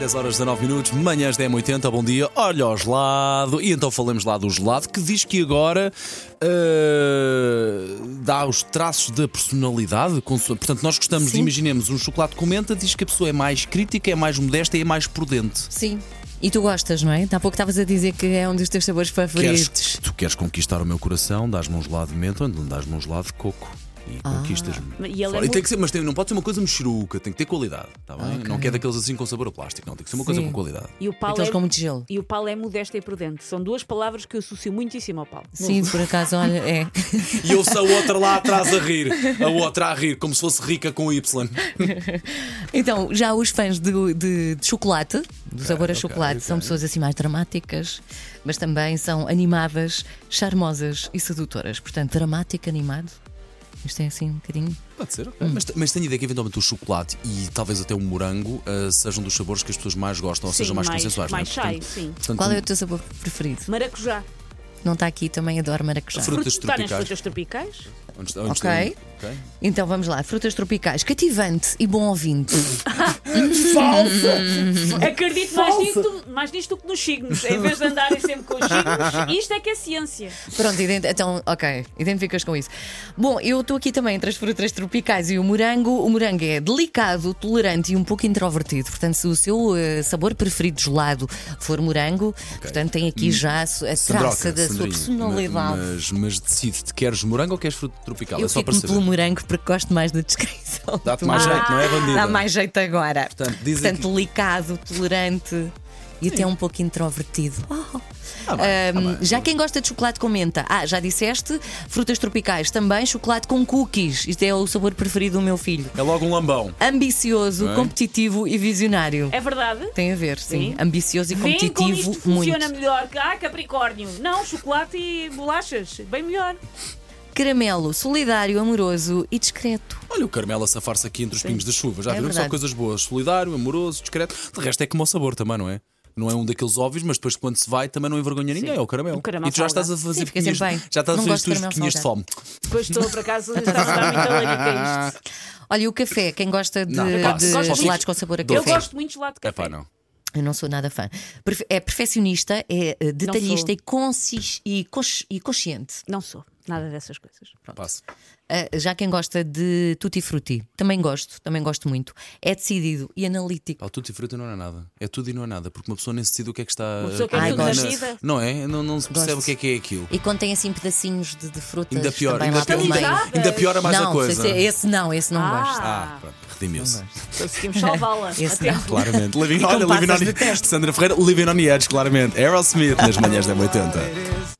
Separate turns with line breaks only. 10 horas 19 minutos, manhãs 10 80 bom dia. Olha o gelado. E então falamos lá do gelado que diz que agora eh, dá os traços da personalidade. com- Portanto, nós gostamos,
Sim.
imaginemos, um chocolate comenta, diz que a pessoa é mais crítica, é mais modesta e é mais prudente.
Sim. E tu gostas, não é? Há pouco estavas a dizer que é um dos teus sabores favoritos.
Queres, tu queres conquistar o meu coração, dás-me um gelado de menta, ou então dás-me um gelado de coco. E conquistas-me.
E ele é
Fora.
muito-
tem que ser, mas tem- não pode ser uma coisa mexeruca, tem que ter qualidade, tá bem?
Ok.
Não quer daqueles assim com sabor a plástico, não, tem que ser uma coisa
Sim.
com qualidade.
E o Paulo
Aqueles
é...
Então com muito gelo.
E o Paulo é modesto e prudente. São duas palavras que eu associo muitíssimo ao Paulo.
Sim, por acaso, olha, é.
E ouça a outra lá atrás a rir, a outra a rir, como se fosse rica com Y.
Então, já os fãs de, de- de chocolate, do
Ah,
sabor a chocolate, são pessoas assim mais dramáticas, mas também são animadas, charmosas e sedutoras. Portanto, dramático, animado. Isto é assim um bocadinho.
Pode ser, ok. mas, mas tenho a ideia que eventualmente o chocolate e talvez até o morango ah, sejam dos sabores que as pessoas mais gostam, ou
Sim,
sejam mais,
mais-
consensuais.
mais
não é?
chai,
Portanto-
sim.
portanto,
Qual é o teu sabor preferido?
Maracujá.
Não está aqui, também adoro maracujá.
Fruta- Frutas
Está nas
tropicais.
frutas tropicais.
onde está- onde está-
Ok.
ok.
Então vamos lá, frutas tropicais, cativante e bom ouvinte.
Acredito mais nisto, mais nisto do que nos signos. Em vez de andarem sempre com os signos, isto é que é ciência.
Pronto, ident- então, ok, identificas com isso. Bom, eu estou aqui também entre as frutas tropicais e o morango. O morango é delicado, tolerante e um pouco introvertido. Portanto, se o seu eh, sabor preferido de gelado for morango, portanto, tem aqui já a, su- a traça
Hum. Sandroca,
da sua
Sandrinha,
personalidade.
ma- Mas, mas decide-te, queres morango ou queres fruta tropical?
eu
é só para
fico-me
saber.
pelo morango porque gosto mais da descrição.
Dá-te mais jeito, não é, bandida?
Ah, Dá mais jeito agora.
Portanto, dizem
Portanto,
que-
delicado, tolerante e até um pouco introvertido. Oh.
Tá bem, tá
Ahm,
bem.
já quem gosta de chocolate comenta. Ah, já disseste, frutas tropicais também, chocolate com cookies. Isto é o sabor preferido do meu filho.
É logo um lambão.
Ambicioso,
Bem.
competitivo e visionário.
É verdade?
Tem a ver, sim.
Sim.
Ambicioso e
Vem como isto
competitivo,
funciona
muito.
melhor. Ah, Capricórnio. Não, chocolate e bolachas. Bem melhor.
Caramelo, solidário, amoroso e discreto.
Olha o Carmelo a safar-se aqui entre os pingos da chuva. Já
É
viram só
verdade.
coisas boas. Solidário, amoroso, discreto. De resto é como o sabor também, não é? Não é um daqueles óbvios, mas depois quando se vai também não envergonha ninguém. É o caramelo.
O caramelo
e tu já
salgado.
estás a fazer
Sim, fica sempre
pequinhas-
bem.
Já estás
Não
a fazer as
gosto de
tuas
caramelo
pequinhas de fome.
Depois estou, por acaso, está a dar muita larica isto.
Olha, e o café, quem gosta de,
Não,
de
passo.
Gosto muito.
gelados com sabor a
Eu
café?
Eu gosto muito de gelado de
É pá,
café.
não.
Eu não sou nada fã. Perfe- É perfeccionista, é eh, detalhista
sou.
e, consis- e cons- e consciente.
Não sou. Nada dessas coisas. Pronto.
Passo.
Ah, já quem gosta de tutti frutti, também gosto, também gosto muito. É decidido e analítico.
Pá, tudo e fruta não é nada. É tudo e não é nada. Porque uma pessoa nem se decide o que é que está.
Uma pessoa quer
a
tudo
comer
na
na-
vida.
Não é? Não, não se percebe
Gosto.
o que é que é aquilo.
E contém assim pedacinhos de, de frutas
Ainda pior,
também
ainda
lá pelo
pior,
meio.
Estabilidade.
ainda piora mais
não,
a coisa.
Esse, esse não, esse não gosto.
Ah,
Ah, pronto, redimiu-se.
conseguimos salvá-la.
Esse
Até
não.
Claramente. Living, olha,
passas
living on
de
the Sandra Ferreira, Living on the Edge, claramente. Aerosmith nas manhãs da 80.